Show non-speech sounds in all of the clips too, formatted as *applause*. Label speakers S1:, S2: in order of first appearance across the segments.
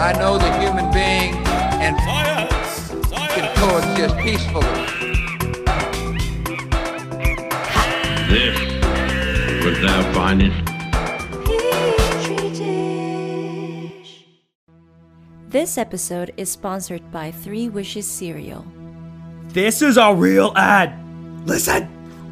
S1: I know the human being and
S2: Science!
S1: can
S2: Science!
S1: coexist peacefully.
S3: This was thou findest.
S4: This episode is sponsored by Three Wishes Cereal.
S5: This is a real ad. Listen.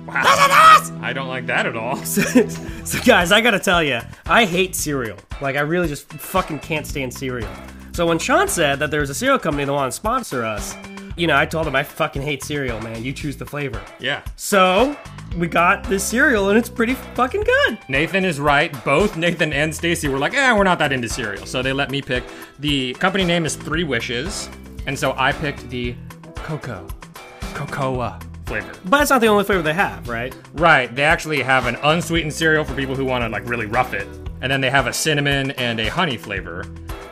S5: Wow. Listen
S2: I don't like that at all.
S5: to us. *laughs* so, guys, I gotta tell you, I hate cereal. Like, I really just fucking can't stand cereal. So when Sean said that there was a cereal company that wanted to sponsor us, you know, I told him I fucking hate cereal, man. You choose the flavor.
S2: Yeah.
S5: So we got this cereal, and it's pretty fucking good.
S2: Nathan is right. Both Nathan and Stacy were like, eh, we're not that into cereal. So they let me pick. The company name is Three Wishes. And so I picked the cocoa, cocoa flavor.
S5: But it's not the only flavor they have, right?
S2: Right. They actually have an unsweetened cereal for people who want to like really rough it. And then they have a cinnamon and a honey flavor.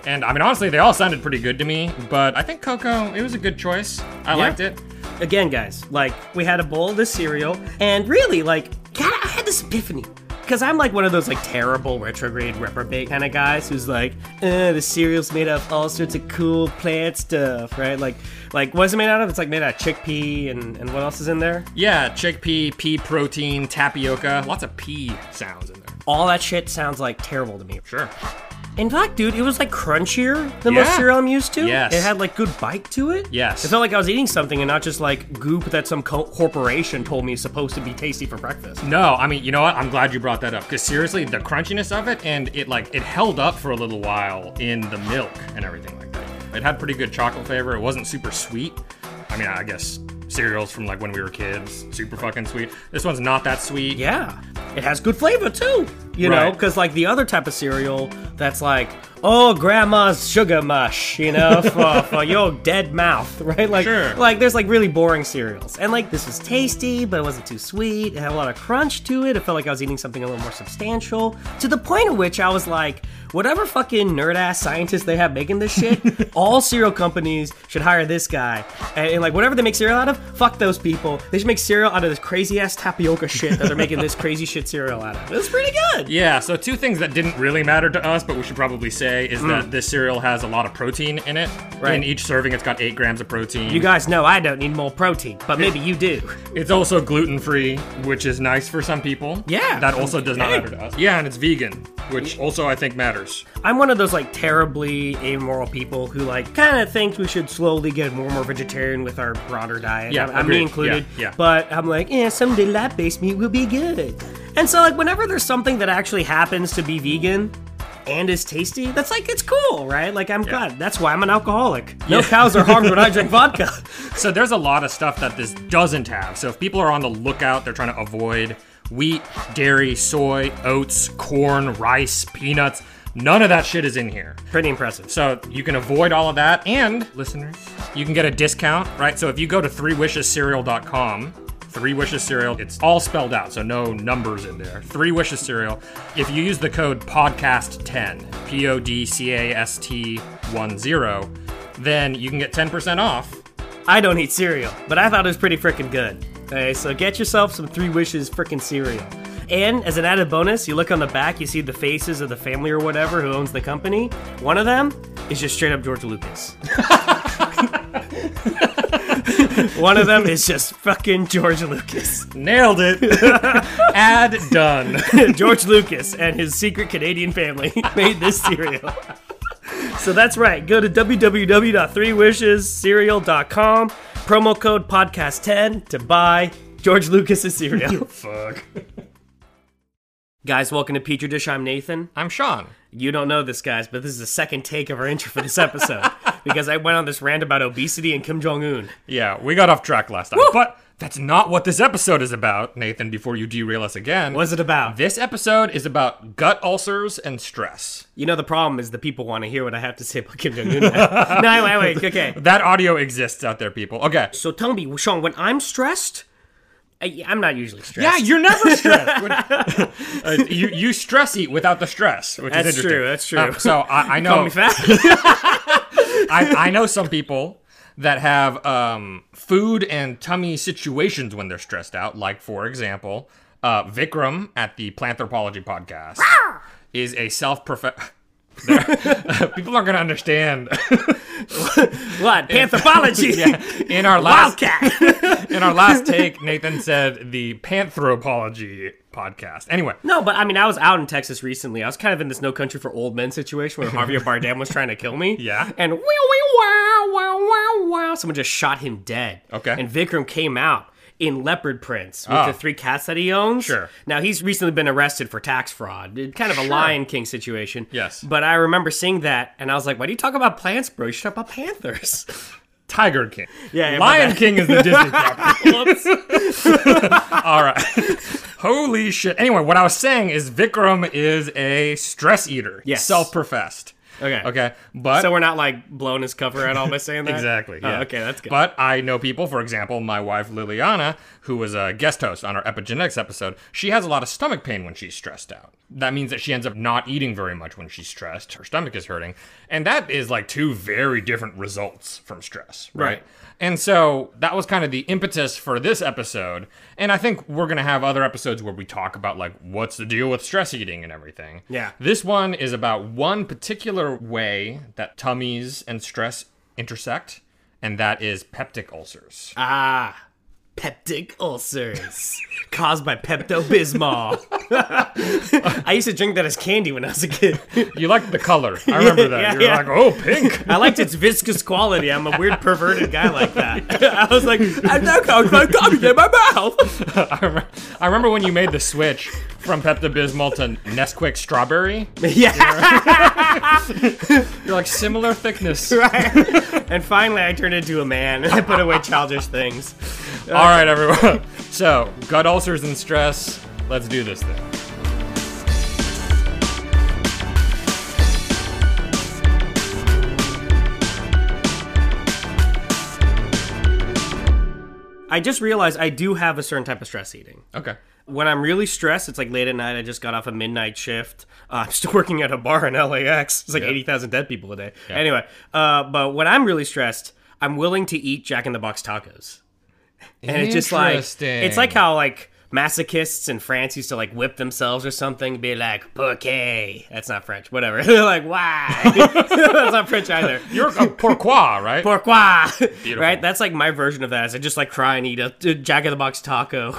S2: And I mean, honestly, they all sounded pretty good to me, but I think cocoa, it was a good choice. I liked it.
S5: again, guys, like we had a bowl of this cereal, and really, like, God, I had this epiphany. Because I'm like one of those like terrible retrograde reprobate kind of guys who's like, uh, the cereal's made out of all sorts of cool plant stuff, right? Like, like what's it made out of? It's like made out of chickpea and, and what else is in there?
S2: Yeah, chickpea, pea protein, tapioca, lots of pea sounds in there.
S5: All that shit sounds like terrible to me.
S2: Sure.
S5: In fact, dude, it was like crunchier than
S2: Yeah.
S5: most cereal I'm used to.
S2: Yes.
S5: It had like good bite to it.
S2: Yes.
S5: It felt like I was eating something and not just like goop that some co- corporation told me is supposed to be tasty for breakfast.
S2: No, I mean, you know what? I'm glad you brought that up because seriously, the crunchiness of it and it like it held up for a little while in the milk and everything like that. It had pretty good chocolate flavor. It wasn't super sweet. I mean, I guess cereals from like when we were kids, super fucking sweet. This one's not that sweet.
S5: Yeah, it has good flavor too. You know, 'cause know,
S2: Right.
S5: because like the other type of cereal that's like, oh, grandma's sugar mush, you know, *laughs* for, for your dead mouth, right? Like,
S2: Sure.
S5: like there's like really boring cereals, and like this was tasty, but it wasn't too sweet. It had a lot of crunch to it. It felt like I was eating something a little more substantial. To the point at which I was like, whatever fucking nerd ass scientist they have making this shit, all cereal companies should hire this guy, and, and like whatever they make cereal out of, fuck those people. They should make cereal out of this crazy ass tapioca shit that they're making this crazy shit cereal out of. It's pretty good.
S2: Yeah, so two things that didn't really matter to us, but we should probably say is that this cereal has a lot of protein in it.
S5: Mm. Right.
S2: In each serving, it's got eight grams of protein.
S5: You guys know I don't need more protein, but maybe you do.
S2: It's also gluten free, which is nice for some people.
S5: Yeah.
S2: That also does not
S5: Hey.
S2: matter to us. Yeah, and it's vegan, which also I think matters.
S5: I'm one of those like terribly amoral people who like kind of thinks we should slowly get more and more vegetarian with our broader diet.
S2: Yeah,
S5: I'm, I'm
S2: agreed.
S5: me included.
S2: Yeah, yeah.
S5: But I'm like, yeah, someday lab-based meat will be good. And so like whenever there's something that actually happens to be vegan and is tasty, that's like it's cool, right? Like I'm glad. That's why I'm an alcoholic. No cows are harmed when I
S2: *laughs*
S5: drink vodka.
S2: So there's a lot of stuff that this doesn't have. So if people are on the lookout, they're trying to avoid wheat, dairy, soy, oats, corn, rice, peanuts. None of that shit is in here.
S5: Pretty impressive.
S2: So you can avoid all of that. And listeners, you can get a discount, right? So if you go to threewishescereal.com, Three Wishes Cereal, it's all spelled out, so no numbers in there. Three Wishes Cereal. If you use the code PODCAST10, P O D C A S T 1 0, then you can get 10% off.
S5: I don't eat cereal, but I thought it was pretty freaking good. Okay, so get yourself some Three Wishes freaking cereal. And as an added bonus, you look on the back, you see the faces of the family or whatever who owns the company. One of them is just straight up George Lucas. *laughs* One of them is just fucking George Lucas.
S2: Nailed it. Ad done.
S5: *laughs* George Lucas and his secret Canadian family *laughs* made this cereal. So that's right. Go to www.threewishescereal.com, promo code podcast10 to buy George Lucas's cereal.
S2: *laughs* Fuck.
S5: guys, welcome to Petri Dish. I'm Nathan.
S2: I'm Sean.
S5: You don't know this, guys, but this is the second take of our intro for
S2: *laughs*
S5: this episode because I went on this rant about obesity and Kim Jong Un.
S2: Yeah, we got off track last time, but That's not what this episode is about, Nathan, before you derail us again.
S5: What is it about?
S2: This episode is about gut ulcers and stress.
S5: You know, the problem is the people want to hear what I have to say about Kim Jong Un. *laughs* no, wait, wait, okay.
S2: That audio exists out there, people. Okay.
S5: So tell me, Sean, when I'm stressed, I, I'm not usually
S2: Yeah,
S5: stressed.
S2: you're *laughs* never stressed. When- Uh, you, you stress eat without the stress, which
S5: That's
S2: is interesting.
S5: true, that's true.
S2: Um, so
S5: *laughs*
S2: I, I know.
S5: Call me fat.
S2: *laughs* I, I know some people that have um, food and tummy situations when they're stressed out. Like, for example, uh, Vikram at the Planthropology podcast is a self *laughs* professed. *laughs* people aren't going to understand. *laughs*
S5: what? Panthropology.
S2: In our last
S5: Wildcat.
S2: in our last take, Nathan said the Panthropology podcast. Anyway,
S5: no, but I mean, I was out in Texas recently. I was kind of in this no country for old men situation where
S2: *laughs*
S5: Javier Bardem was trying to kill me.
S2: Yeah.
S5: And wow, wow, wow, wow, wow. Someone just shot him dead.
S2: Okay.
S5: And Vikram came out in leopard prints with
S2: Oh.
S5: the three cats that he owns.
S2: Sure.
S5: Now, he's recently been arrested for tax fraud. It- Kind of a Lion King situation.
S2: Yes.
S5: But I remember seeing that and I was like, why do you talk about plants, bro? You should talk about panthers. *laughs*
S2: Tiger King.
S5: Yeah, yeah, my
S2: Lion
S5: bad.
S2: King is the
S5: *laughs*
S2: Disney property. All right. *laughs* Holy shit. Anyway, what I was saying is Vikram is a stress eater.
S5: Yes.
S2: Self-professed.
S5: Okay.
S2: Okay. But
S5: So we're not like blowing his cover at all by saying that?
S2: Exactly.
S5: Oh,
S2: yeah.
S5: okay, that's good.
S2: But I know people, for example, my wife Liliana, who was a guest host on our epigenetics episode, she has a lot of stomach pain when she's stressed out. That means that she ends up not eating very much when she's stressed. Her stomach is hurting. And that is like two very different results from stress, right?
S5: Right.
S2: And so that was kind of the impetus for this episode. And I think we're going to have other episodes where we talk about like what's the deal with stress eating and everything.
S5: Yeah.
S2: This one is about one particular way that tummies and stress intersect, and that is peptic ulcers.
S5: Ah, peptic ulcers caused by Pepto Bismol. *laughs* I used to drink that as candy when I was a kid.
S2: You liked the color. I remember that.
S5: *laughs* yeah,
S2: You're
S5: yeah.
S2: like, oh, pink. *laughs*
S5: I liked its viscous quality. I'm a weird perverted guy like that. *laughs* I was like, I'm not going my gummy in my mouth. *laughs*
S2: I, remember, I remember when you made the switch from Pepto Bismol to Nesquik strawberry.
S5: yeah.
S2: You're like similar
S5: *laughs*
S2: thickness.
S5: And finally, I turned into a man. *laughs* I put away childish things.
S2: All right, everyone. *laughs* So, gut ulcers and stress. Let's do this thing.
S5: I just realized I do have a certain type of stress eating.
S2: Okay.
S5: when I'm really stressed, it's like late at night. I just got off a midnight shift. Uh, I'm still *laughs* working at a bar in LAX. It's like
S2: Yeah.
S5: 80,000 dead people a day. Anyway, uh, but when I'm really stressed, I'm willing to eat Jack in the Box tacos. And it's just like, it's like how like masochists in France used to like whip themselves or something, be like, "Pourquoi?" That's not French, whatever. *laughs* They're like, why? That's not French either.
S2: *laughs* You're a pourquoi, right?
S5: Pourquoi? Right? That's like my version of that. Is I just like cry and eat a a Jack in the Box taco.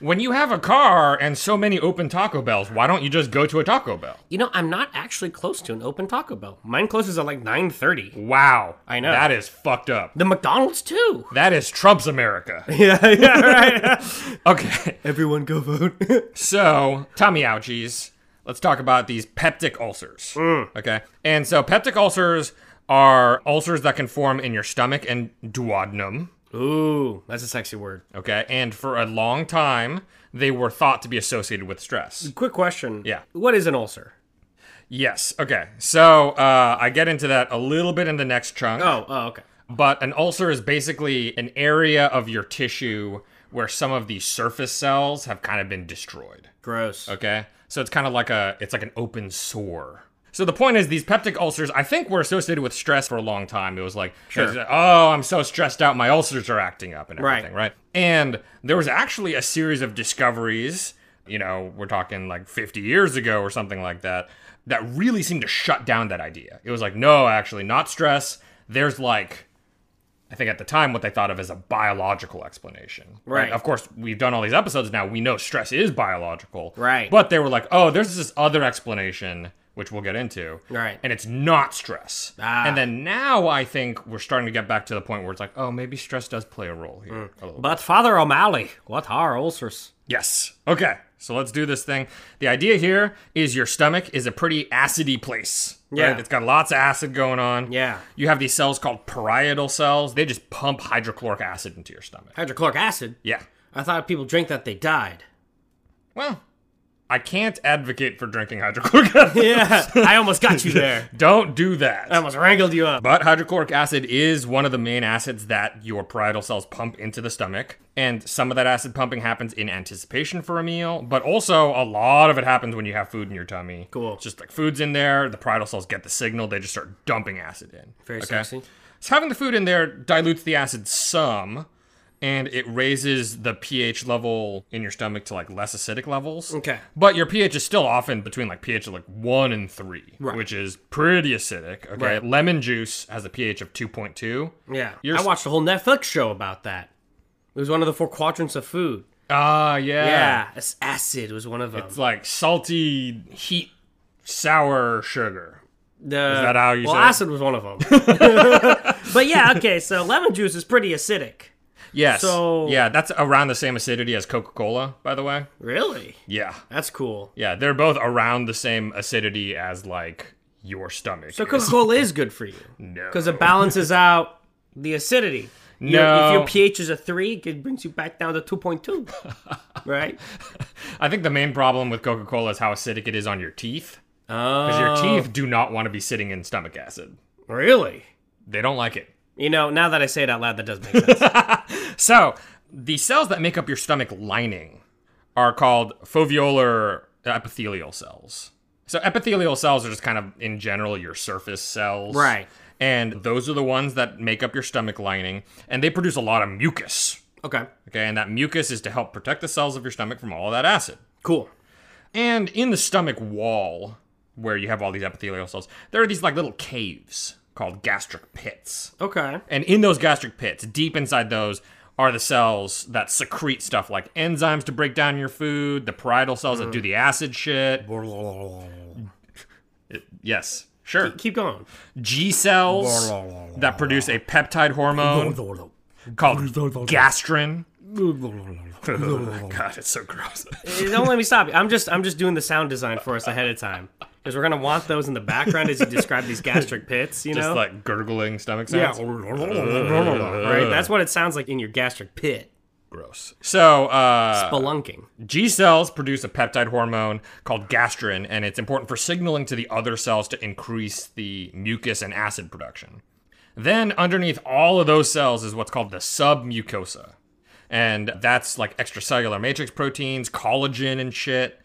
S2: when you have a car and so many open Taco Bells, why don't you just go to a Taco Bell?
S5: You know, I'm not actually close to an open Taco Bell. Mine closes at like 9:30.
S2: Wow.
S5: I know.
S2: That is fucked up.
S5: The McDonald's too.
S2: That is Trump's America.
S5: *laughs* Yeah, yeah, right. *laughs*
S2: Okay.
S5: Everyone go vote. *laughs*
S2: So, tummy ouchies. Let's talk about these peptic ulcers.
S5: Mm.
S2: Okay. And so, peptic ulcers are ulcers that can form in your stomach and duodenum.
S5: Ooh, that's a sexy word.
S2: Okay. And for a long time, they were thought to be associated with stress.
S5: Quick question.
S2: Yeah.
S5: What is an ulcer?
S2: Yes. Okay. So, uh, I get into that a little bit in the next chunk.
S5: Oh, oh, okay.
S2: But an ulcer is basically an area of your tissue where some of the surface cells have kind of been destroyed.
S5: Gross.
S2: Okay? So it's kind of like a it's like an open sore. So the point is these peptic ulcers I think were associated with stress for a long time. It was like
S5: Sure.
S2: oh, I'm so stressed out my ulcers are acting up and
S5: Right.
S2: everything, right? And there was actually a series of discoveries, you know, we're talking like 50 years ago or something like that, that really seemed to shut down that idea. It was like no, actually not stress. There's like I think at the time what they thought of as a biological explanation.
S5: Right.
S2: Of course, we've done all these episodes now. We know stress is biological.
S5: Right.
S2: But they were like, oh, there's this other explanation, which we'll get into.
S5: Right.
S2: And it's not stress.
S5: Ah.
S2: And then now I think we're starting to get back to the point where it's like, oh, maybe stress does play a role here. a little
S5: Mm. But Father O'Malley, what are ulcers?
S2: Yes. Okay. So let's do this thing. The idea here is your stomach is a pretty acidy place.
S5: Yeah.
S2: It's got lots of acid going on.
S5: Yeah.
S2: You have these cells called parietal cells. They just pump hydrochloric acid into your stomach.
S5: Hydrochloric acid?
S2: Yeah.
S5: I thought if people drink that they died.
S2: Well, I can't advocate for drinking hydrochloric acid.
S5: *laughs* Yeah.
S2: *laughs*
S5: I almost got you there.
S2: Don't do that.
S5: *laughs* I almost wrangled you up.
S2: But hydrochloric acid is one of the main acids that your parietal cells pump into the stomach. And some of that acid pumping happens in anticipation for a meal, but also a lot of it happens when you have food in your tummy.
S5: Cool.
S2: It's just like food's in there, the parietal cells get the signal, they just start dumping acid in.
S5: Very sexy.
S2: So having the food in there dilutes the acid some. And it raises the pH level in your stomach to like less acidic levels.
S5: Okay.
S2: But your pH is still often between like pH of like one and three,
S5: Right.
S2: which is pretty acidic. Okay.
S5: Right.
S2: Lemon juice has a pH of 2.2.
S5: Yeah.
S2: You're
S5: I
S2: s-
S5: watched a whole Netflix show about that. It was one of the four quadrants of food.
S2: Ah, yeah.
S5: Yeah. it's Acid was one of them.
S2: It's like salty, heat, sour sugar.
S5: The-
S2: Is that how you
S5: well,
S2: say it?
S5: acid was one of them.
S2: *laughs*
S5: but yeah, okay, so lemon juice is pretty acidic.
S2: Yes.
S5: So-
S2: yeah, that's around the same acidity as Coca Cola, by the way.
S5: Really?
S2: Yeah.
S5: That's cool.
S2: Yeah, they're both around the same acidity as like your stomach.
S5: So
S2: is.
S5: Coca Cola is good for you.
S2: No.
S5: Because it balances out the acidity. Your-
S2: No.
S5: If your pH is a 3, it brings you back down to 2.2. right?
S2: I think the main problem with Coca Cola is how acidic it is on your teeth. Because
S5: Oh.
S2: your teeth do not want to be sitting in stomach acid.
S5: Really?
S2: They don't like it.
S5: You know, now that I say it out loud, that does make sense.
S2: So, the cells that make up your stomach lining are called foveolar epithelial cells. So, epithelial cells are just kind of, in general, your surface cells.
S5: Right.
S2: And those are the ones that make up your stomach lining, and they produce a lot of mucus.
S5: okay.
S2: *laughs* Okay, and that mucus is to help protect the cells of your stomach from all of that acid.
S5: Cool.
S2: And in the stomach wall, where you have all these epithelial cells, there are these like little caves called gastric pits.
S5: Okay.
S2: And in those gastric pits, deep inside those, are the cells that secrete stuff like enzymes to break down your food, the parietal cells that do the acid shit. Yes, sure.
S5: Keep going.
S2: G cells that produce a peptide hormone called gastrin. *laughs* God, it's so gross.
S5: Eh, Don't let me stop you. I'm just I'm just doing the sound design for us ahead of time. Because we're gonna want those in the background as you describe these gastric pits, you
S2: Just
S5: know?
S2: like gurgling stomach
S5: Yeah.
S2: sounds. *laughs*
S5: right? That's what it sounds like in your gastric pit.
S2: Gross. So, uh,
S5: Spelunking.
S2: G cells produce a peptide hormone called gastrin, and it's important for signaling to the other cells to increase the mucus and acid production. Then, underneath all of those cells is what's called the submucosa. And that's like extracellular matrix proteins, collagen, and shit.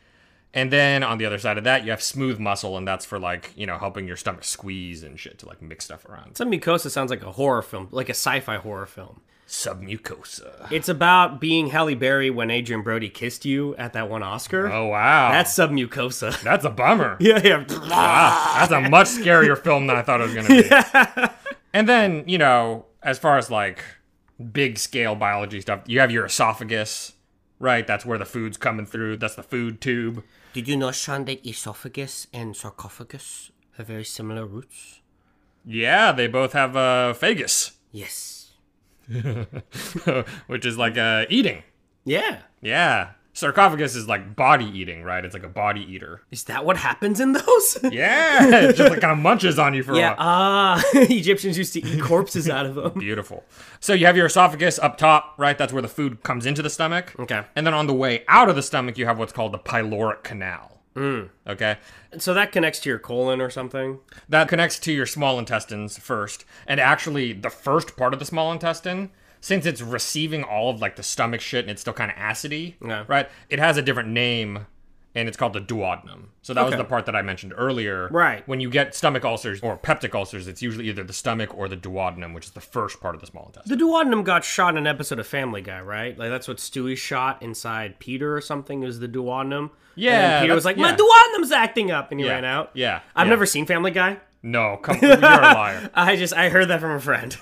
S2: And then on the other side of that, you have smooth muscle, and that's for like, you know, helping your stomach squeeze and shit to like mix stuff around.
S5: Some mucosa sounds like a horror film, like a sci-fi horror film.
S2: Submucosa.
S5: It's about being Halle Berry when Adrian Brody kissed you at that one Oscar.
S2: Oh, wow.
S5: That's submucosa.
S2: that's a bummer.
S5: *laughs* yeah, yeah.
S2: Ah, That's a much scarier film than I thought it was going to be. And then, you know, as far as like big scale biology stuff, you have your esophagus, right? That's where the food's coming through. That's the food tube.
S5: Did you know, Sean, that esophagus and sarcophagus have very similar roots?
S2: Yeah, they both have uh, phagus,
S5: Yes.
S2: *laughs* which is like uh, eating.
S5: Yeah.
S2: Yeah. Sarcophagus is like body eating, right? It's like a body eater.
S5: Is that what happens in those?
S2: *laughs* Yeah. it just like kind of munches on you for a
S5: Yeah,
S2: while.
S5: ah, *laughs* Egyptians used to eat corpses out
S2: *laughs*
S5: of them.
S2: Beautiful. So you have your esophagus up top, right? That's where the food comes into the stomach.
S5: Okay.
S2: And then on the way out of the stomach, you have what's called the pyloric canal.
S5: Mm.
S2: Okay.
S5: So that connects to your colon or something.
S2: That connects to your small intestines first. And actually, the first part of the small intestine, since it's receiving all of like the stomach shit and it's still kind of acidy,
S5: Yeah.
S2: right? It has a different name and it's called the duodenum. So that was
S5: Okay.
S2: the part that I mentioned earlier.
S5: Right.
S2: When you get stomach ulcers or peptic ulcers, it's usually either the stomach or the duodenum, which is the first part of the small intestine.
S5: The duodenum got shot in an episode of Family Guy, right? Like that's what Stewie shot inside Peter or something is the duodenum. And
S2: Yeah,
S5: then Peter was
S2: that's-
S5: like, "My
S2: yeah.
S5: duodenum's acting up," and he
S2: Yeah,
S5: ran out.
S2: yeah,
S5: I've
S2: yeah.
S5: never seen Family Guy. *laughs*
S2: No, come you're a liar.
S5: I just I heard that from
S2: *laughs*
S5: a friend.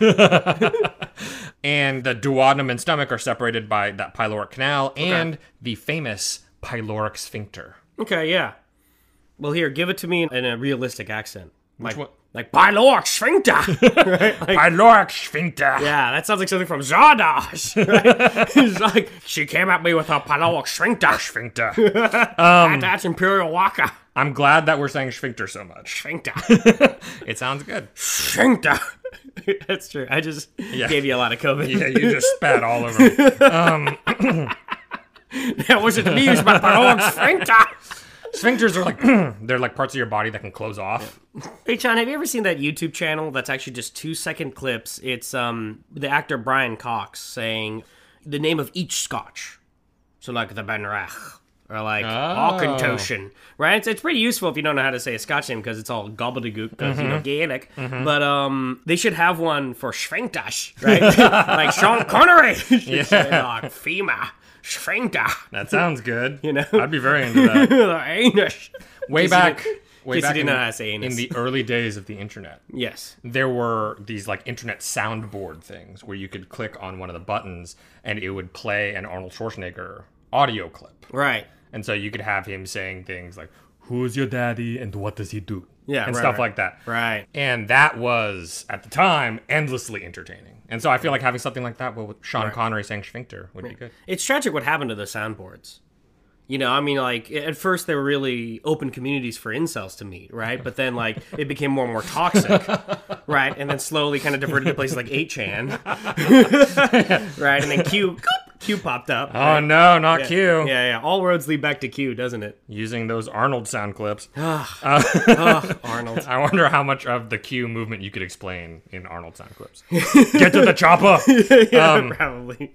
S2: And the duodenum and stomach are separated by that pyloric canal and the famous pyloric sphincter.
S5: okay, yeah. Well, here, give it to me in, in a realistic accent. Like,
S2: one?
S5: like
S2: *laughs*
S5: Bylork Sphincter. right? Like,
S2: Pyloric sphincter.
S5: Yeah, that sounds like something from Zardoz. *laughs* Right? He's like, she came at me with a pyloric sphincter.
S2: Sphincter. *laughs*
S5: That- that's Imperial Waka.
S2: I'm glad that we're saying sphincter so much. *laughs*
S5: Shrinkta.
S2: It sounds
S5: *laughs*
S2: good.
S5: Shrinkta. That's true. I just gave you a lot of COVID.
S2: Yeah,
S5: *laughs*
S2: you just spat all over. me.
S5: that wasn't me. It was my own Shrinkta.
S2: Sphincters are like *clears throat* they're like parts of your body that can close off.
S5: Hey, John, have you ever seen that YouTube channel that's actually just two second clips? It's um the actor Brian Cox saying the name of each scotch. So, like the Benrach or
S2: Oh.
S5: like Auchentoshan, right? It's, it's pretty useful if you don't know how to say a scotch name because it's all gobbledygook because, you know,
S2: Mm-hmm.
S5: Gaelic. But um they should have one for
S2: *laughs*
S5: Schwenkdash, right? like Sean Connery. yeah. like FEMA, Schwenkda,
S2: That sounds good. you
S5: know?
S2: I'd be very into that.
S5: *laughs* anus.
S2: Way
S5: Case you
S2: back,
S5: didn't-
S2: way
S5: case you
S2: back
S5: didn't
S2: in,
S5: know how to say anus.
S2: in the early days of the internet,
S5: Yes.
S2: there were these like internet soundboard things where you could click on one of the buttons and it would play an Arnold Schwarzenegger audio clip.
S5: Right.
S2: And so you could have him saying things like, Who's your daddy and what does he do?
S5: Yeah,
S2: And
S5: right,
S2: stuff
S5: right.
S2: like that.
S5: Right.
S2: And that was, at the time, endlessly entertaining. And so I feel like having something like that with Sean Connery saying sphincter would be good.
S5: It's tragic what happened to the soundboards. You know, I mean, like at first they were really open communities for incels to meet, right? But then, like, it became more and more toxic, *laughs* right? And then slowly, kind of diverted to places like 8chan, *laughs* right? And then Q, Q popped up.
S2: Oh, no, not
S5: yeah.
S2: Q.
S5: Yeah, yeah. All roads lead back to Q, doesn't it?
S2: Using those Arnold sound
S5: *sighs*
S2: clips. *laughs* Uh,
S5: Arnold.
S2: I wonder how much of the Q movement you could explain in Arnold sound
S5: *laughs*
S2: clips. Get to the chopper.
S5: yeah, *laughs* probably.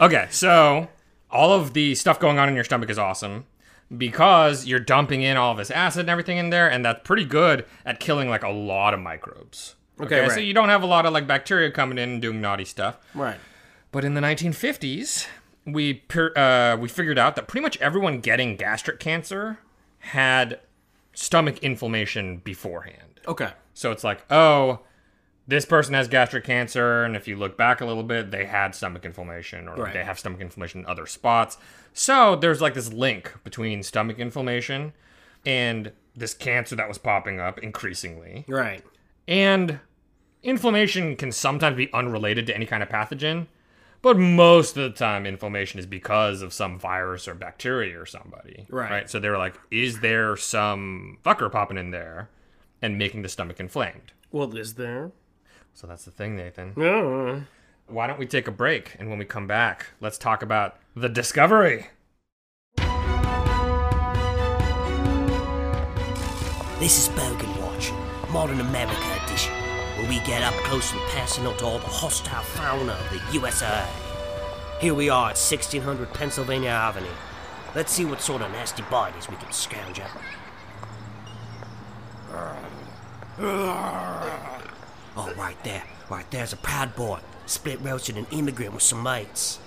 S2: Okay, so all of the stuff going on in your stomach is awesome because you're dumping in all this acid and everything in there, and that's pretty good at killing like a lot of microbes.
S5: Okay,
S2: so
S5: right.
S2: you don't have a lot of like bacteria coming in and doing naughty stuff.
S5: right.
S2: But in the 1950s, we per, uh, we figured out that pretty much everyone getting gastric cancer had stomach inflammation beforehand.
S5: Okay.
S2: So it's like, oh, this person has gastric cancer, and if you look back a little bit, they had stomach inflammation, or
S5: Right.
S2: they have stomach inflammation in other spots. So there's like this link between stomach inflammation and this cancer that was popping up increasingly.
S5: Right.
S2: And inflammation can sometimes be unrelated to any kind of pathogen, but most of the time, inflammation is because of some virus or bacteria or somebody.
S5: Right.
S2: So they were like, is there some fucker popping in there and making the stomach inflamed?
S5: Well, is there?
S2: So that's the thing, Nathan.
S5: No.
S2: Why don't we take a break? And when we come back, let's talk about the discovery.
S6: This is Bogan Watch, Modern America edition, where we get up close and personal to all the hostile fauna of the USA. Here we are at 1600 Pennsylvania Avenue. Let's see what sort of nasty bodies we can scrounge up. Oh, right there, right there's a proud boy, split roasted an immigrant with some mates.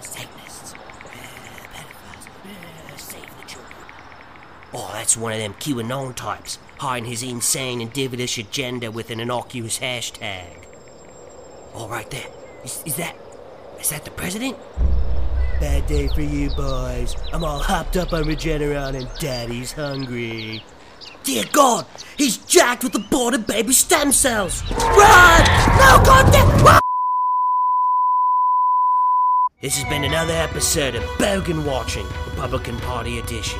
S6: Satanists, pedophiles, save the children. Oh, that's one of them QAnon types, hiding his insane and devilish agenda with an innocuous hashtag. All right, there. Is, is that. Is that the president? Bad day for you boys. I'm all hopped up on Regeneron and daddy's hungry. Dear God, he's jacked with the border baby stem cells! Run! No, God damn! Run! This has been another episode of Bogan Watching, Republican Party Edition.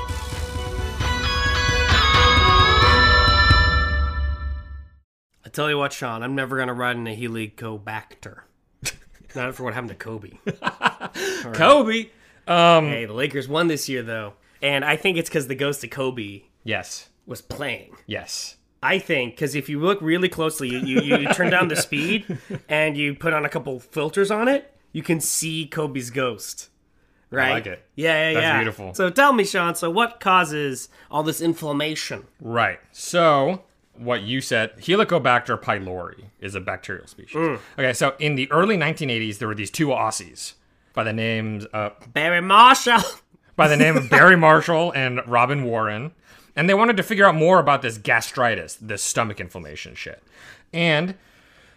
S5: I tell you what, Sean, I'm never gonna ride in a helicobacter. Not for what happened to Kobe.
S2: Kobe.
S5: Hey, the Lakers won this year though, and I think it's because the ghost of Kobe
S2: Yes.
S5: was playing.
S2: Yes.
S5: I think because if you look really closely, you, you, you turn down
S2: *laughs*
S5: the speed and you put on a couple filters on it, you can see Kobe's ghost. Right?
S2: like it.
S5: Yeah, yeah,
S2: That's
S5: yeah.
S2: beautiful.
S5: So tell me, Sean. So what causes all this inflammation?
S2: Right. So what you said, Helicobacter pylori is a bacterial species. Okay, so in the early 1980s, there were these two Aussies by the names uh,
S5: Barry Marshall.
S2: by the name of Barry Marshall and Robin Warren, and they wanted to figure out more about this gastritis, this stomach inflammation shit, and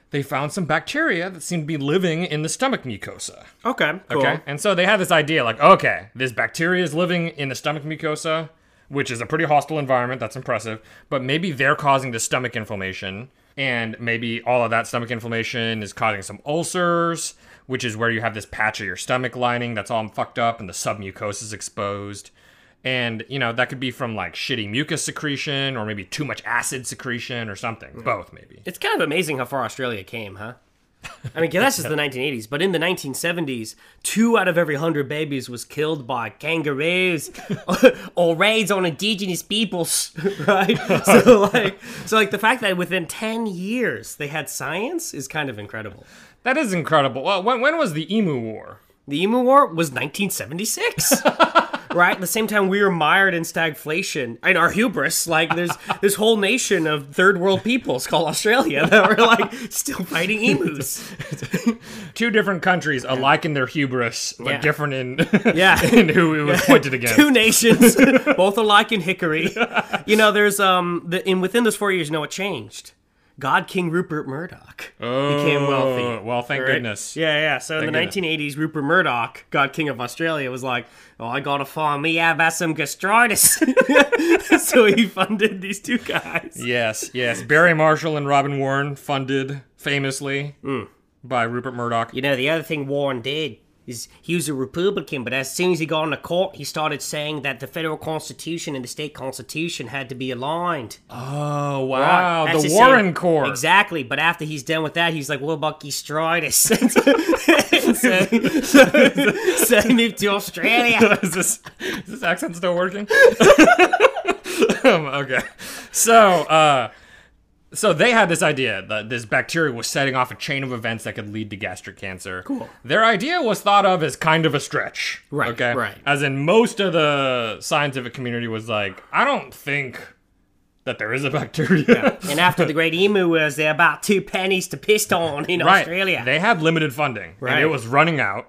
S2: they found some bacteria that seemed to be living in the stomach mucosa.
S5: Okay. Cool.
S2: Okay. And so they had this idea like, okay, this bacteria is living in the stomach mucosa, which is a pretty hostile environment. That's impressive. But maybe they're causing the stomach inflammation. And maybe all of that stomach inflammation is causing some ulcers, which is where you have this patch of your stomach lining that's all fucked up and the submucosa is exposed. And, you know, that could be from like shitty mucus secretion or maybe too much acid secretion or something. Both, maybe.
S5: It's kind of amazing how far Australia came, huh? I mean, that's just the 1980s, but in the 1970s, two out of every hundred babies was killed by kangaroos *laughs* or raids on indigenous peoples, *laughs* right? so, like, so like the fact that within 10 years they had science is kind of incredible.
S2: That is incredible. Well, when, when was the Emu War?
S5: The Emu War was 1976. right? At the same time, we were mired in stagflation and our hubris. Like, there's this whole nation of third world peoples called Australia that were like still fighting emus.
S2: Two different countries alike in their hubris, but
S5: Yeah.
S2: different in,
S5: Yeah.
S2: *laughs* in who it was pointed against. *laughs*
S5: Two nations, both alike in hickory. You know, there's um, the, in within those four years, you know what changed? God King Rupert Murdoch became
S2: Oh,
S5: wealthy.
S2: Well, thank
S5: Right?
S2: goodness.
S5: Yeah, yeah. So in the
S2: Thank
S5: 1980s, Rupert Murdoch, God King of Australia, was like, "Oh, I gotta farm me have us some gastritis." *laughs* so he funded these two guys.
S2: Yes, yes. Barry Marshall and Robin Warren funded famously by Rupert Murdoch.
S6: You know, the other thing Warren did is he was a Republican, but as soon as he got into court, he started saying that the federal constitution and the state constitution had to be aligned.
S2: Oh wow,
S6: Right.
S2: the
S6: That's his
S2: Warren
S6: saying.
S2: Corps.
S6: Exactly. But after he's done with that, he's like, what about *laughs* gastritis? so, so, so he moved
S2: *laughs*
S6: to Australia.
S2: is this is this accent still
S5: *laughs*
S2: working? um, okay, so uh, so they had this idea that this bacteria was setting off a chain of events that could lead to gastric cancer. Cool. Their idea was thought of as kind of a stretch.
S5: Right,
S2: Okay.
S5: right.
S2: As in, most of the scientific community was like, I don't think that there is a bacteria. *laughs*
S6: and after the great emu was there about two pennies to piss on in
S2: right.
S6: Australia. *laughs*
S2: They had limited funding, and
S5: Right.
S2: it was running out.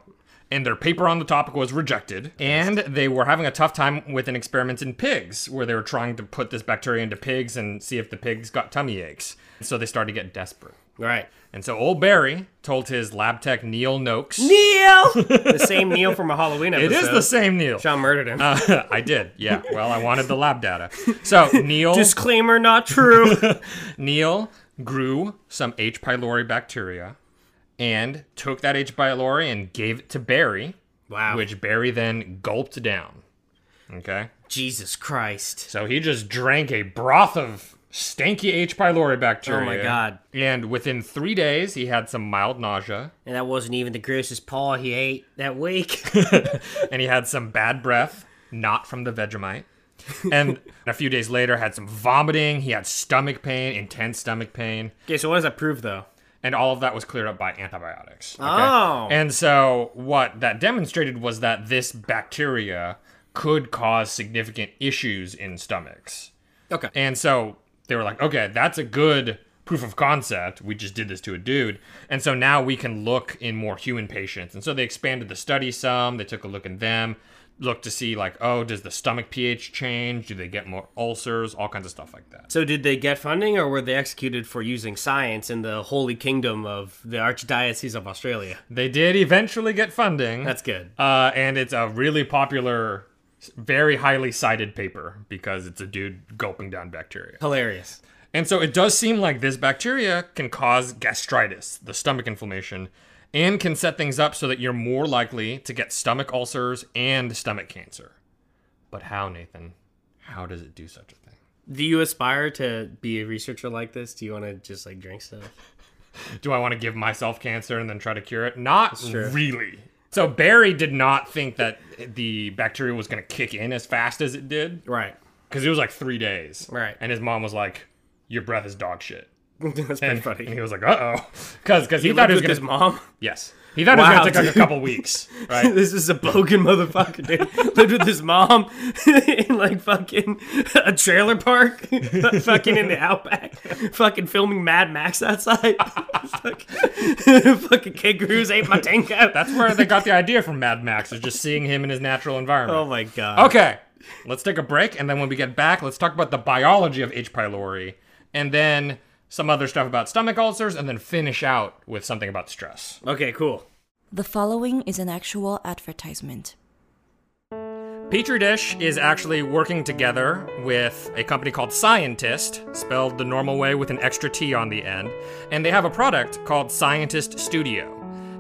S2: And their paper on the topic was rejected. And they were having a tough time with an experiment in pigs, where they were trying to put this bacteria into pigs and see if the pigs got tummy aches. So they started to get desperate.
S5: Right.
S2: And so old Barry told his lab tech Neil Noakes.
S5: Neil, the
S2: *laughs*
S5: same Neil from a Halloween
S2: It
S5: episode.
S2: is the Uh, same Neil.
S5: John murdered him.
S2: *laughs* I did, yeah. Well, I wanted the lab data. So Neil
S5: Disclaimer:
S2: *laughs*
S5: not true.
S2: Neil grew some H. pylori bacteria, and took that H. pylori and gave it to Barry,
S5: wow.
S2: which Barry then gulped down. Okay?
S5: Jesus Christ.
S2: So he just drank a broth of stanky H. pylori bacteria.
S5: Oh my God.
S2: And within three days, he had some mild nausea
S6: and that wasn't even the grossest paw he ate
S2: *laughs*
S6: that week.
S2: and he had some bad breath, not from the Vegemite. And a few days later, had some vomiting. He had stomach pain, intense stomach pain.
S5: Okay, so what does that prove, though?
S2: and all of that was cleared up by antibiotics. okay?
S5: Oh.
S2: And so what that demonstrated was that this bacteria could cause significant issues in stomachs.
S5: Okay.
S2: And so they were like, okay, that's a good proof of concept. We just did this to a dude. And so now we can look in more human patients. And so they expanded the study some. They took a look in them, looked to see, like, oh, does the stomach pH change? Do they get more ulcers? All kinds of stuff like that.
S5: So did they get funding, or were they executed for using science in the holy kingdom of the archdiocese of Australia?
S2: They did eventually get funding.
S5: That's good.
S2: Uh, and it's a really popular, very highly cited paper because it's a dude gulping down bacteria.
S5: Hilarious.
S2: And so it does seem like this bacteria can cause gastritis, the stomach inflammation, and can set things up so that you're more likely to get stomach ulcers and stomach cancer. But how, Nathan? How does it do such a thing?
S5: Do you aspire to be a researcher like this? Do you want to just like drink stuff?
S2: do I want to give myself cancer and then try to cure it? Not really. So Barry did not think that the bacteria was going to kick in as fast as it did
S5: Right.
S2: because it was like three days.
S5: Right.
S2: And his mom was like, "Your breath is dog shit."
S5: *laughs* That's pretty
S2: And,
S5: funny.
S2: and he was like, "Uh *laughs* oh," because he,
S5: He
S2: thought
S5: lived
S2: it was
S5: with
S2: going to
S5: his mom.
S2: yes he thought
S5: Wow,
S2: it was going to take like
S5: dude.
S2: a
S5: *laughs*
S2: couple weeks. Right.
S5: this is a bogan motherfucker, dude. *laughs* Lived with his mom in like fucking *laughs* a trailer park, *laughs* fucking in the outback, fucking filming Mad Max outside. *laughs* Fuck. fucking kangaroos ate my tango.
S2: That's where they got the idea from Mad Max is just seeing him in his natural environment.
S5: oh my god.
S2: *laughs* Okay, let's take a break, and then when we get back, let's talk about the biology of H. pylori, and then some other stuff about stomach ulcers, and then finish out with something about stress.
S5: Okay, cool.
S4: The following is an actual advertisement.
S2: Petri Dish is actually working together with a company called Scientist, spelled the normal way with an extra T on the end, and they have a product called Scientist Studio.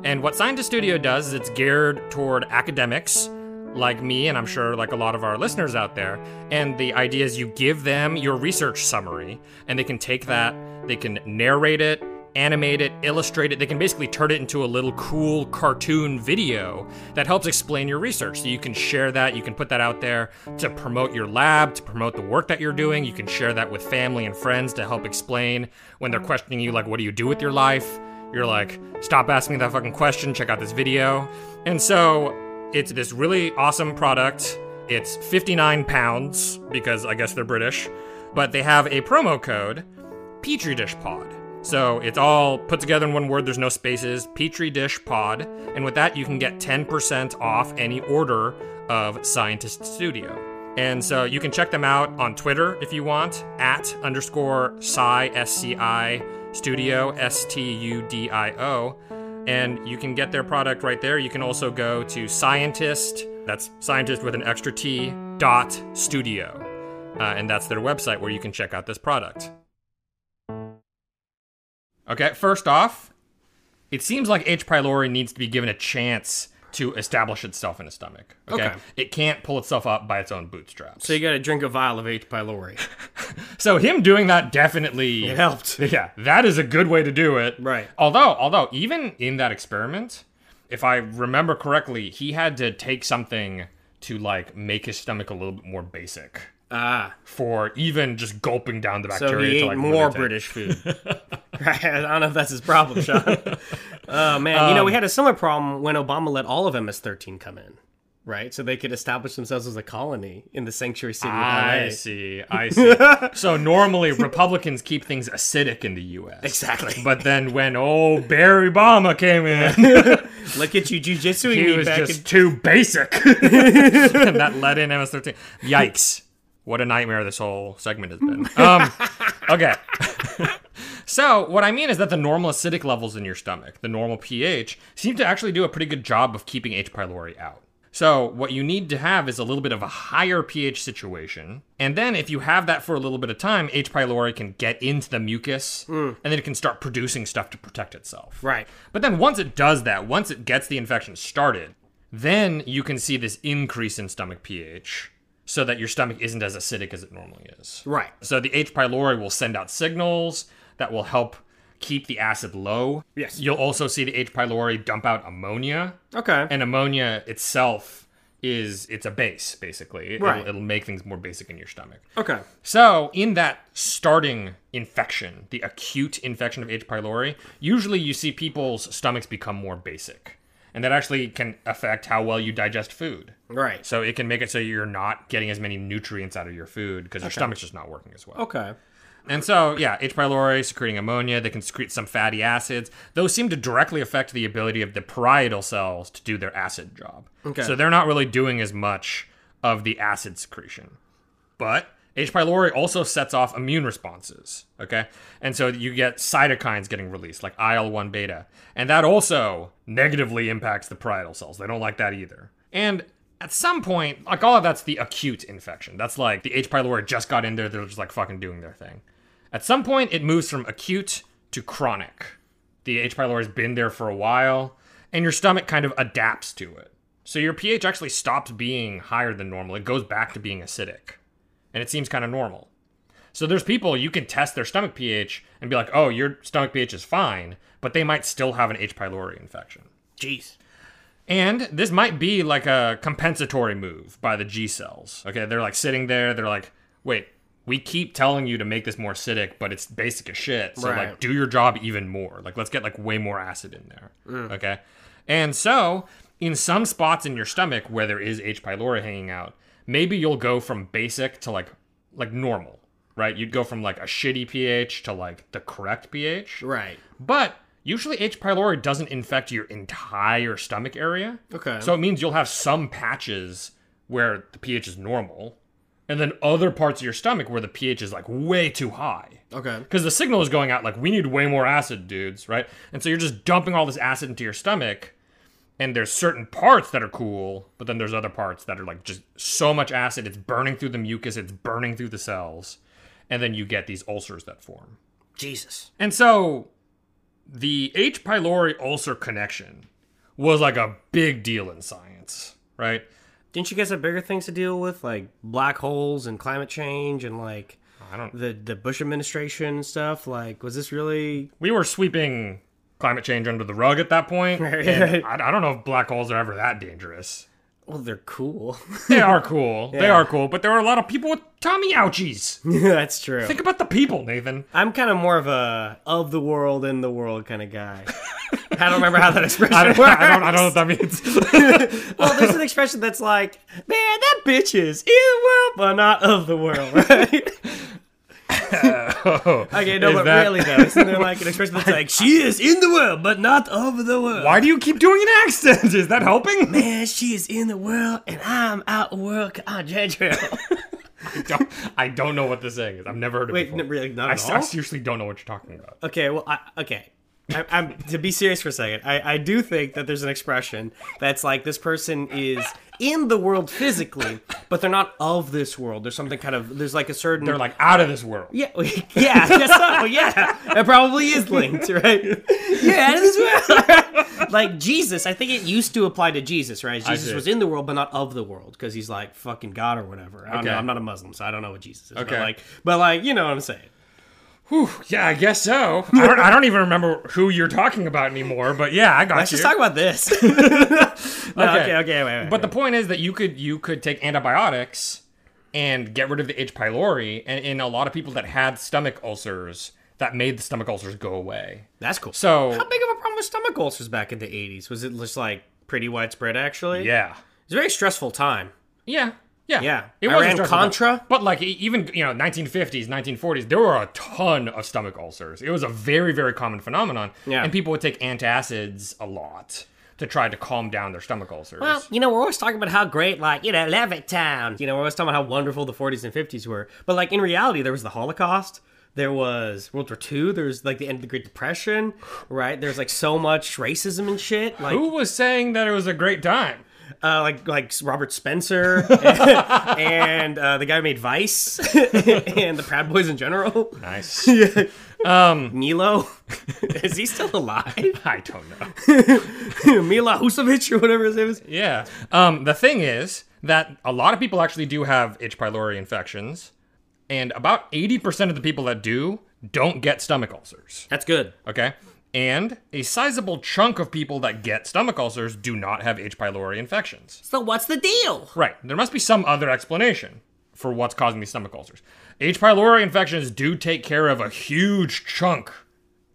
S2: And what Scientist Studio does is it's geared toward academics like me, and I'm sure like a lot of our listeners out there. And the idea is you give them your research summary, and they can take that, they can narrate it, animate it, illustrate it. They can basically turn it into a little cool cartoon video that helps explain your research. So you can share that, you can put that out there to promote your lab, to promote the work that you're doing. You can share that with family and friends to help explain when they're questioning you, like, what do you do with your life? You're like, stop asking me that fucking question, check out this video. And so it's this really awesome product. It's 59 pounds because I guess they're British, but they have a promo code Petri Dish Pod. So it's all put together in one word, there's no spaces, Petri Dish Pod. And with that, you can get 10% off any order of Scientist Studio. And so you can check them out on Twitter if you want, at underscore sci, S-C-I, studio, S-T-U-D-I-O. And you can get their product right there. You can also go to scientist, that's scientist with an extra T, dot studio. Uh, and that's their website where you can check out this product. Okay, first off, it seems like H. pylori needs to be given a chance to establish itself in the stomach. Okay?
S5: Okay.
S2: It can't pull itself up by its own bootstraps.
S5: So you gotta drink a vial of H.
S2: *laughs*
S5: pylori.
S2: So him doing that definitely
S5: It helped.
S2: *laughs* Yeah, that is a good way to do it.
S5: Right.
S2: Although, although even in that experiment, if I remember correctly, he had to take something to like make his stomach a little bit more basic
S5: Ah,
S2: for even just gulping down the bacteria.
S5: so he
S2: to,
S5: ate
S2: like, really
S5: more
S2: take-
S5: British food. right, I don't know if that's his problem, Sean.
S2: *laughs*
S5: oh man, you know
S2: Um,
S5: we had a similar problem when Obama let all of MS-13 come in, right? So they could establish themselves as a colony in the sanctuary city. of
S2: I
S5: LA.
S2: see. I
S5: *laughs*
S2: see. so normally Republicans keep things acidic in the U.S.
S5: Exactly.
S2: But then when old Barry Obama came in,
S5: Look at you jujitsuing
S2: he
S5: me
S2: was
S5: back.
S2: just
S5: in-
S2: too
S5: *laughs*
S2: basic. and that led in MS-13. Yikes. What a nightmare this whole segment has been.
S5: *laughs*
S2: Um, okay. *laughs* so what I mean is that the normal acidic levels in your stomach, the normal pH, seem to actually do a pretty good job of keeping H. pylori out. So what you need to have is a little bit of a higher pH situation. And then if you have that for a little bit of time, H. pylori can get into the mucus and then it can start producing stuff to protect itself.
S5: Mm. Right.
S2: But then once it does that, once it gets the infection started, then you can see this increase in stomach pH so that your stomach isn't as acidic as it normally is.
S5: Right.
S2: So the H. pylori will send out signals that will help keep the acid low.
S5: Yes.
S2: You'll also see the H. pylori dump out ammonia,
S5: Okay.
S2: and ammonia itself is it's a base basically. It-
S5: Right.
S2: It'll, it'll make things more basic in your stomach.
S5: okay.
S2: So, in that starting infection, the acute infection of H. pylori, usually you see people's stomachs become more basic. And that actually can affect how well you digest food.
S5: Right.
S2: So, it can make it so you're not getting as many nutrients out of your food because your stomach's just not working as well.
S5: Okay.
S2: And so, yeah, H. pylori secreting ammonia, they can secrete some fatty acids. Those seem to directly affect the ability of the parietal cells to do their acid job.
S5: Okay.
S2: So they're not really doing as much of the acid secretion. But H. pylori also sets off immune responses, okay? And so you get cytokines getting released, like IL 1 beta. And that also negatively impacts the parietal cells. They don't like that either. And at some point, like all of that's the acute infection. That's like the H. pylori just got in there, they're just like fucking doing their thing. At some point, it moves from acute to chronic. The H. pylori has been there for a while, and your stomach kind of adapts to it. So your pH actually stops being higher than normal. It goes back to being acidic, and it seems kind of normal. So there's people you can test their stomach pH and be like, oh, your stomach pH is fine, but they might still have an H. pylori infection.
S5: Jeez.
S2: And this might be like a compensatory move by the G cells. Okay, they're like sitting there, they're like, wait, we keep telling you to make this more acidic, but it's basic as shit. So
S5: Right.
S2: like do your job even more. Like let's get like way more acid in there.
S5: Mm.
S2: Okay. And so in some spots in your stomach where there is H. pylori hanging out, maybe you'll go from basic to like like normal. Right? You'd go from like a shitty pH to like the correct pH.
S5: Right.
S2: But usually H. pylori doesn't infect your entire stomach area.
S5: Okay.
S2: So it means you'll have some patches where the pH is normal, and then other parts of your stomach where the pH is like way too high.
S5: Okay.
S2: Because the signal is going out like, we need way more acid, dudes, right? And so you're just dumping all this acid into your stomach, and there's certain parts that are cool, but then there's other parts that are like just so much acid, it's burning through the mucus, it's burning through the cells, and then you get these ulcers that form.
S5: Jesus.
S2: And so the H. pylori ulcer connection was like a big deal in science, right?
S5: Didn't you guys have bigger things to deal with, like black holes and climate change and like
S2: I don't.
S5: the the Bush administration and stuff? Like, was this really?
S2: we were sweeping climate change under the rug at that *laughs* point.
S5: Right.
S2: and I, I don't know if black holes are ever that dangerous.
S5: Well, they're cool. *laughs*
S2: They are *laughs* cool. They are cool. But there are a lot of people with Tommy ouchies.
S5: That's true.
S2: Think about the people, Nathan.
S5: I'm kind of more of a of the world in the world kind of guy. *laughs* I don't remember how that expression
S2: *laughs* I don't,
S5: works.
S2: I don't, I don't know what that means.
S5: Well, there's an expression that's like, man, that bitch is in the world, but not of the world,
S2: *laughs*
S5: *laughs* right? okay, no,
S2: Oh. Is
S5: but
S2: that-
S5: really though, isn't there like an expression that's like, she is in the world, but not of the
S2: *laughs*
S5: world?
S2: Why do you keep doing an accent? Is that helping? *laughs*
S5: Man, she is in the world, and I'm out the world. 'cause I'm Jadriel.
S2: I don't, I don't know what this thing is. I've never heard of it.
S5: Wait,
S2: before.
S5: n- really, not
S2: I,
S5: at
S2: s- I
S5: all?
S2: seriously don't know what you're talking about.
S5: Okay, well, I, okay. I, I'm to be serious for a second. I, I do think that there's an expression that's like this person is in the world physically, but they're not of this world. There's something kind of there's like a certain
S2: They're like out of this world.
S5: yeah *laughs* yeah I guess so yeah that probably is linked right yeah out of this world *laughs* like Jesus. I think it used to apply to Jesus, right? Jesus
S2: see.
S5: was in the world, but not of the world because he's like fucking God or whatever. I don't know.
S2: Okay.
S5: I'm not a Muslim, so I don't know what Jesus is.
S2: Okay.
S5: but like but like you know what I'm saying.
S2: Whew, *laughs* yeah, I guess so. I don't, I don't even remember who you're talking about anymore. But yeah, I got
S5: Let's
S2: you.
S5: just talk about this. No, okay, okay, wait, wait.
S2: But the point is that you could you could take antibiotics and get rid of the H. pylori, and in a lot of people that had stomach ulcers, that made the stomach ulcers go away.
S5: That's cool.
S2: So-
S5: how big of a problem was stomach ulcers back in the '80s? Was it just like pretty widespread? Actually,
S2: Yeah,
S5: it's a very stressful time.
S2: yeah, yeah,
S5: Yeah.
S2: It
S5: I
S2: was a
S5: ran
S2: stressful time.
S5: Contra.
S2: but like e- even you know 1950s, 1940s, there were a ton of stomach ulcers. It was a very very common phenomenon.
S5: Yeah.
S2: and people would take antacids a lot to try to calm down their stomach ulcers.
S5: Well, you know, we're always talking about how great, like, you know, Levittown. You know, we're always talking about how wonderful the 40s and 50s were. But, like, in reality, there was the Holocaust. There was World War II. There was, like, the end of the Great Depression, right? There's, like, so much racism and shit. Like,
S2: who was saying that it was a great time?
S5: uh, like like Robert Spencer and, uh, the guy who made Vice and the Proud Boys in general. *laughs*
S2: Nice.
S5: Milo, is he still alive? *laughs*
S2: I don't know.
S5: Mila Husovic or whatever his name is.
S2: *laughs* Yeah. Um, the thing is that a lot of people actually do have H. pylori infections, and about 80% of the people that do don't get stomach ulcers.
S5: That's good.
S2: Okay? And a sizable chunk of people that get stomach ulcers do not have H. pylori infections.
S6: So what's the deal?
S2: Right. There must be some other explanation for what's causing these stomach ulcers. H. pylori infections do take care of a huge chunk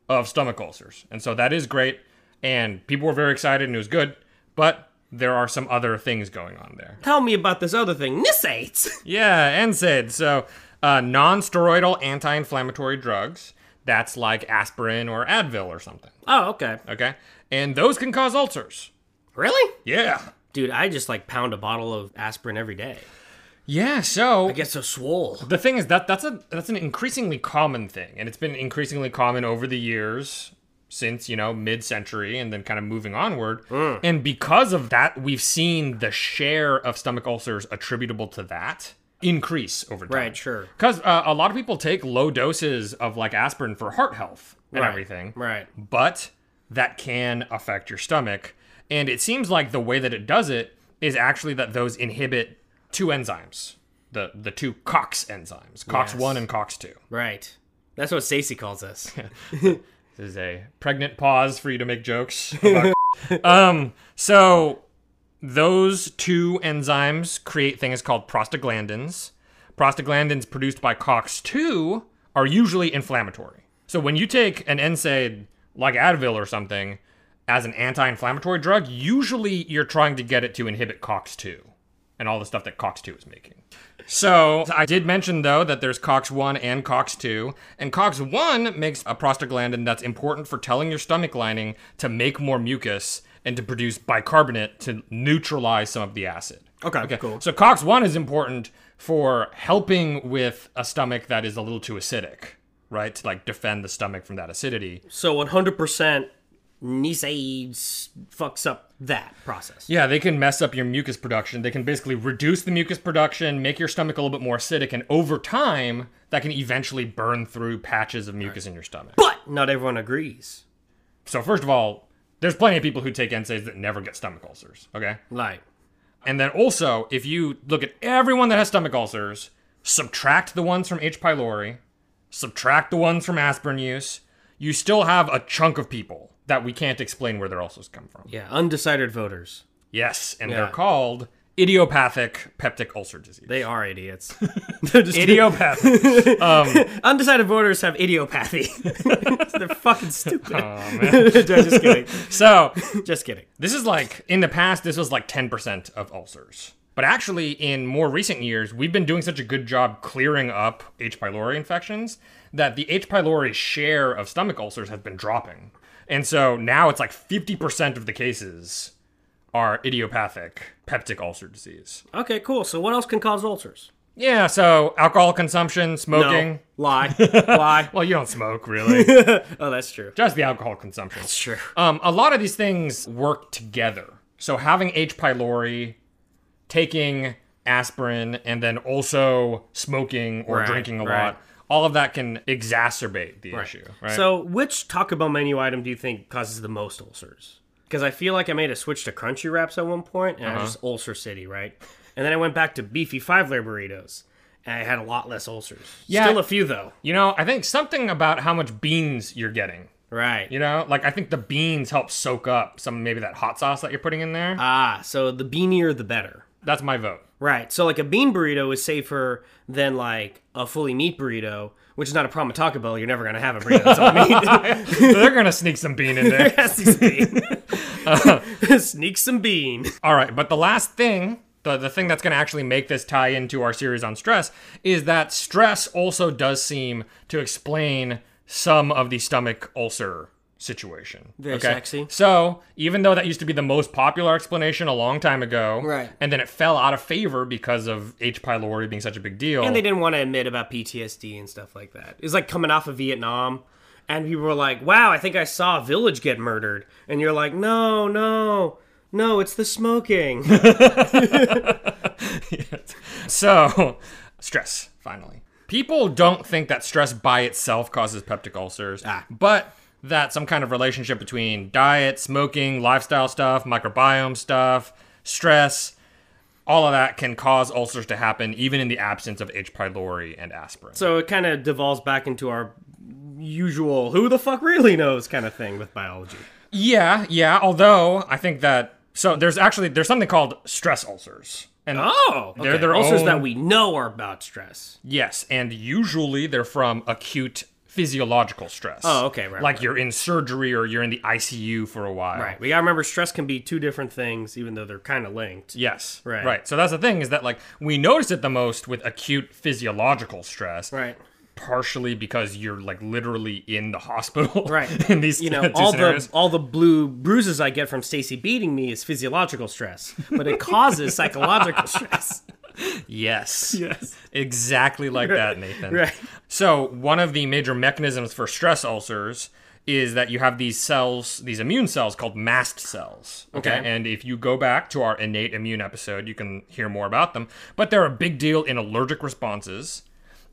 S2: of stomach ulcers. And so that is great. And people were very excited and it was good. But there are some other things going on there.
S5: Tell me about this other thing, Nisate.
S2: Yeah, NSAID. So, uh, non-steroidal anti-inflammatory drugs. That's like aspirin or Advil or something.
S5: oh, okay.
S2: Okay, and those can cause ulcers.
S5: Really?
S2: Yeah.
S5: Dude, I just like pound a bottle of aspirin every day.
S2: Yeah. So
S5: I get so swole.
S2: the thing is that that's a that's an increasingly common thing, and it's been increasingly common over the years since you know mid-century and then kind of moving onward
S5: Mm.
S2: and because of that we've seen the share of stomach ulcers attributable to that increase over time
S5: Right, sure.
S2: Because uh, a lot of people take low doses of like aspirin for heart health and
S5: Right,
S2: everything.
S5: right.
S2: But that can affect your stomach. And it seems like the way that it does it is actually that those inhibit two enzymes, the, the two COX enzymes, COX1 and COX2.
S5: Right. That's what Stacey calls us.
S2: This is a pregnant pause for you to make jokes. About *laughs* um, so those two enzymes create things called prostaglandins. Prostaglandins produced by COX2 are usually inflammatory. So when you take an NSAID like Advil or something as an anti-inflammatory drug, usually you're trying to get it to inhibit COX2 and all the stuff that COX2 is making. So I did mention though that there's COX1 and COX2, and COX1 makes a prostaglandin that's important for telling your stomach lining to make more mucus and to produce bicarbonate to neutralize some of the acid.
S5: Okay, cool.
S2: So COX1 is important for helping with a stomach that is a little too acidic, right? To like defend the stomach from that acidity.
S5: So 100% Nisades fucks up that process.
S2: Yeah, they can mess up your mucus production. They can basically reduce the mucus production, make your stomach a little bit more acidic, and over time, that can eventually burn through patches of mucus in your stomach.
S5: But not everyone agrees.
S2: So, first of all, there's plenty of people who take NSAIDs that never get stomach ulcers, okay?
S5: Like,
S2: And then also, if you look at everyone that has stomach ulcers, subtract the ones from H. pylori, subtract the ones from aspirin use, you still have a chunk of people that we can't explain where their ulcers come from.
S5: Yeah, undecided voters.
S2: Yes, and
S5: Yeah.
S2: they're called idiopathic peptic ulcer disease.
S5: They
S2: *laughs*
S5: are idiots. They're just
S2: idiopathic.
S5: Undecided voters have idiopathy. *laughs* They're fucking stupid. *laughs* just kidding.
S2: so,
S5: Just kidding.
S2: This is like in the past, this was like 10% of ulcers. But actually, in more recent years, we've been doing such a good job clearing up H. pylori infections that the H. pylori share of stomach ulcers has been dropping. And so now it's like 50% of the cases are idiopathic peptic ulcer disease.
S5: Okay, cool. So what else can cause ulcers?
S2: Yeah, so alcohol consumption, smoking.
S5: No. Lie.
S2: *laughs*
S5: Lie.
S2: Well, you don't smoke really,
S5: Oh, that's true.
S2: just the alcohol consumption.
S5: Sure.
S2: Um, a lot of these things work together. So having H. pylori, taking aspirin, and then also smoking or
S5: Right,
S2: drinking a
S5: right.
S2: lot, all of that can exacerbate the issue. Right.
S5: So which Taco Bell menu item do you think causes the most ulcers? Because I feel like I made a switch to crunchy wraps at one point, and I
S2: Uh-huh.
S5: was just ulcer city, right? And then I went back to beefy five layer burritos, and I had a lot less ulcers.
S2: Yeah.
S5: Still a few though.
S2: you know, I think something about how much beans you're getting.
S5: Right.
S2: You know, like I think the beans help soak up some maybe that hot sauce that you're putting in there.
S5: Ah, so the beanier the better.
S2: That's my vote.
S5: Right. So like a bean burrito is safer than like a fully meat burrito, which is not a problem at Taco Bell. You're never gonna have a burrito. That's all *laughs* I mean.
S2: They're gonna sneak some bean in
S5: *laughs*
S2: there. *laughs*
S5: Sneak some bean.
S2: All right, but the last thing, the, the thing that's going to actually make this tie into our series on stress, is that stress also does seem to explain some of the stomach ulcer situation.
S5: Very sexy.
S2: So, even though that used to be the most popular explanation a long time ago,
S5: Right.
S2: and then it fell out of favor because of H. pylori being such a big deal.
S5: And they didn't want to admit about PTSD and stuff like that. It's like coming off of Vietnam, and people were like, "Wow, I think I saw a village get murdered," and you're like, "No, no." No, it's the *laughs* smoking.
S2: *laughs* So, stress, finally. People don't think that stress by itself causes peptic ulcers, but that some kind of relationship between diet, smoking, lifestyle stuff, microbiome stuff, stress, all of that can cause ulcers to happen even in the absence of H. pylori and aspirin.
S5: so it kind of devolves back into our usual who the fuck really knows kind of thing with biology.
S2: yeah, yeah, although I think that so there's actually there's something called stress ulcers. And
S5: Oh,
S2: They're their
S5: ulcers
S2: own-
S5: that we know are about stress.
S2: Yes, and usually they're from acute physiological stress.
S5: Oh, okay, right,
S2: Like
S5: right.
S2: you're in surgery or you're in the ICU for a while.
S5: Right. We gotta remember stress can be two different things, even though they're kind of linked.
S2: Yes.
S5: Right.
S2: Right. So that's the thing is that like we notice it the most with acute physiological stress.
S5: Right.
S2: Partially because you're like literally in the hospital.
S5: Right.
S2: *laughs* in these
S5: you know
S2: two
S5: all
S2: scenarios.
S5: the all the blue bruises I get from Stacy beating me is physiological stress, but it
S2: *laughs*
S5: causes psychological stress.
S2: Yes. Yes. Exactly like that, Nathan.
S5: Right.
S2: So, one of the major mechanisms for stress ulcers is that you have these cells, these immune cells called mast cells. Okay.
S5: Okay.
S2: And if you go back to our innate immune episode, you can hear more about them. But they're a big deal in allergic responses.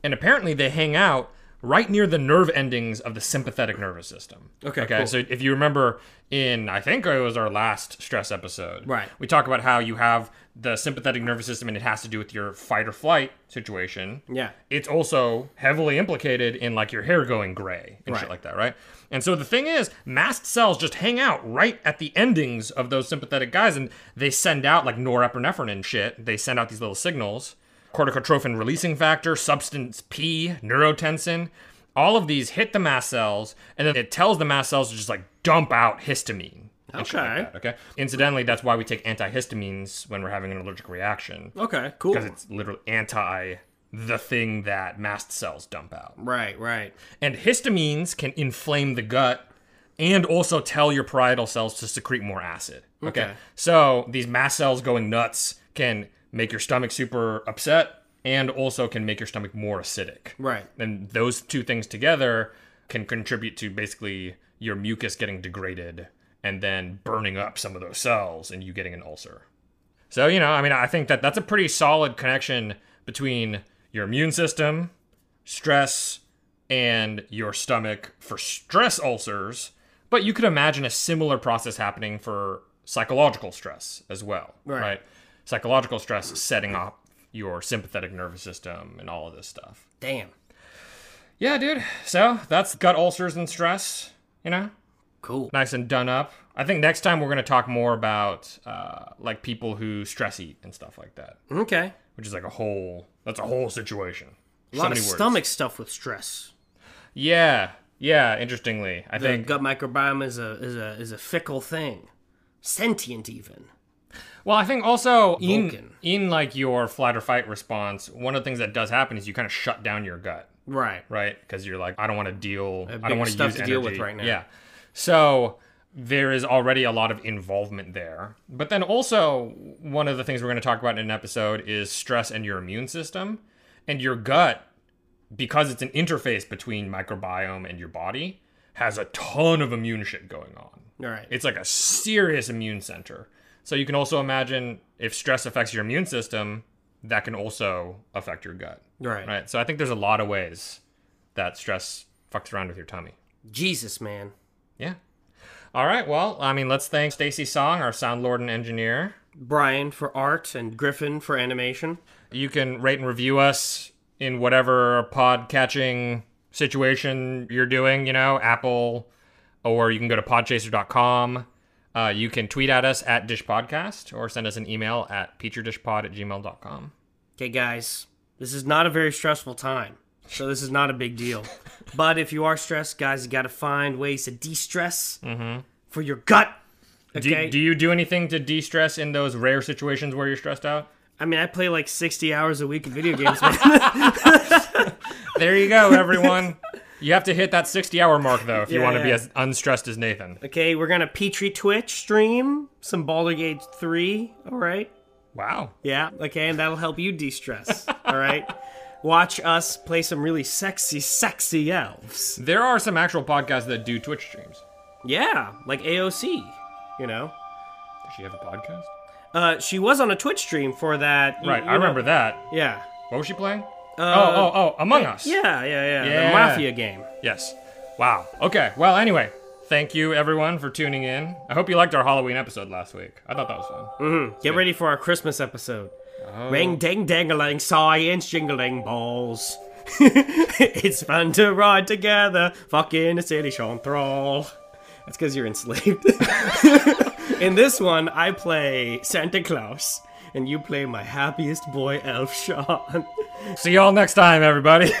S2: And apparently, they hang out right near the nerve endings of the sympathetic nervous system.
S5: Okay,
S2: Okay.
S5: cool.
S2: So, if you remember in, I think it was our last stress episode,
S5: Right.
S2: we talk about how you have the sympathetic nervous system and it has to do with your fight or flight situation.
S5: Yeah.
S2: It's also heavily implicated in like your hair going gray and
S5: Right.
S2: shit like that, right? And so the thing is, mast cells just hang out right at the endings of those sympathetic guys and they send out like norepinephrine and shit. They send out these little signals. Corticotrophin releasing factor, substance P, neurotensin, all of these hit the mast cells and then it tells the mast cells to just like dump out histamine. and shit like
S5: Okay.
S2: that, Okay. Incidentally, that's why we take antihistamines when we're having an allergic reaction.
S5: Okay, cool.
S2: Because it's literally anti the thing that mast cells dump out.
S5: Right, right.
S2: And histamines can inflame the gut and also tell your parietal cells to secrete more acid. Okay.
S5: Okay.
S2: So these mast cells going nuts can make your stomach super upset and also can make your stomach more acidic.
S5: Right.
S2: And those two things together can contribute to basically your mucus getting degraded and then burning up some of those cells and you getting an ulcer. So, you know, I mean, I think that that's a pretty solid connection between your immune system, stress, and your stomach for stress ulcers. But you could imagine a similar process happening for psychological stress as well. Right. psychological stress is setting off your sympathetic nervous system and all of this stuff.
S5: Damn.
S2: Yeah, dude. So that's gut ulcers and stress, you know?
S5: Cool.
S2: Nice and done up. I think next time we're going to talk more about uh, like people who stress eat and stuff like that,
S5: Okay.
S2: which is like a whole, that's a whole situation.
S5: A
S2: So
S5: lot of
S2: many words.
S5: stomach stuff with stress.
S2: Yeah. Yeah. Interestingly, I
S5: The
S2: think.
S5: gut microbiome is a is a is a fickle thing, sentient even.
S2: Well, I think also in,
S5: Vulcan.
S2: in like your flight or fight response, one of the things that does happen is you kind of shut down your gut.
S5: Right.
S2: right? Because you're like, I don't want to deal. I
S5: big
S2: don't want
S5: stuff
S2: use
S5: to deal with
S2: energy.
S5: right now.
S2: Yeah. So there is already a lot of involvement there. But then also one of the things we're going to talk about in an episode is stress and your immune system and your gut because it's an interface between microbiome and your body has a ton of immune shit going on.
S5: All right.
S2: It's like a serious immune center. So you can also imagine if stress affects your immune system, that can also affect your gut.
S5: Right.
S2: Right. So I think there's a lot of ways that stress fucks around with your tummy.
S5: Jesus, man.
S2: Yeah. All right. Well, I mean, let's thank Stacy Song, our sound lord and engineer.
S5: Brian for art and Griffin for animation.
S2: You can rate and review us in whatever pod catching situation you're doing, you know, Apple, or you can go to podchaser.com. Uh, you can tweet at us at dishpodcast or send us an email at petridishpod at gmail.com.
S5: Okay, guys, this is not a very stressful time, so this is not a
S2: *laughs*
S5: big deal. but if you are stressed, guys, you got to find ways to de-stress
S2: Mm-hmm.
S5: for your gut. Okay.
S2: Do, do you do anything to de stress in those rare situations where you're stressed out?
S5: I mean, I play like 60 hours a week of video
S2: *laughs*
S5: games. man.
S2: There you go,
S5: *laughs*
S2: everyone. you have to hit that 60 hour mark, though, if you
S5: Yeah,
S2: want to be
S5: yeah.
S2: as unstressed as Nathan.
S5: okay, we're gonna Petri Twitch stream some Baldur's Gate 3. All right.
S2: Wow.
S5: Yeah. Okay, and that'll help you de-stress.
S2: *laughs*
S5: all right. Watch us play some really sexy, sexy elves.
S2: There are some actual podcasts that do Twitch streams.
S5: Yeah, like AOC. You know.
S2: Does she have a podcast?
S5: Uh, she was on a Twitch stream for that. you-
S2: Right,
S5: you
S2: I
S5: know-
S2: remember that.
S5: Yeah.
S2: What was she playing? oh, oh, oh, Among Us.
S5: Yeah, yeah, yeah.
S2: Yeah.
S5: The mafia game.
S2: Yes. Wow. Okay. Well, anyway, thank you everyone for tuning in. I hope you liked our Halloween episode last week. I thought that was fun.
S5: Get ready for our Christmas episode. Ring ding dangling, science jingling balls. it's fun to ride together, fucking a city shone thrall. That's because you're enslaved. In this one, I play Santa Claus, and you play my happiest boy, Elf Sean.
S2: *laughs* See y'all next time, everybody.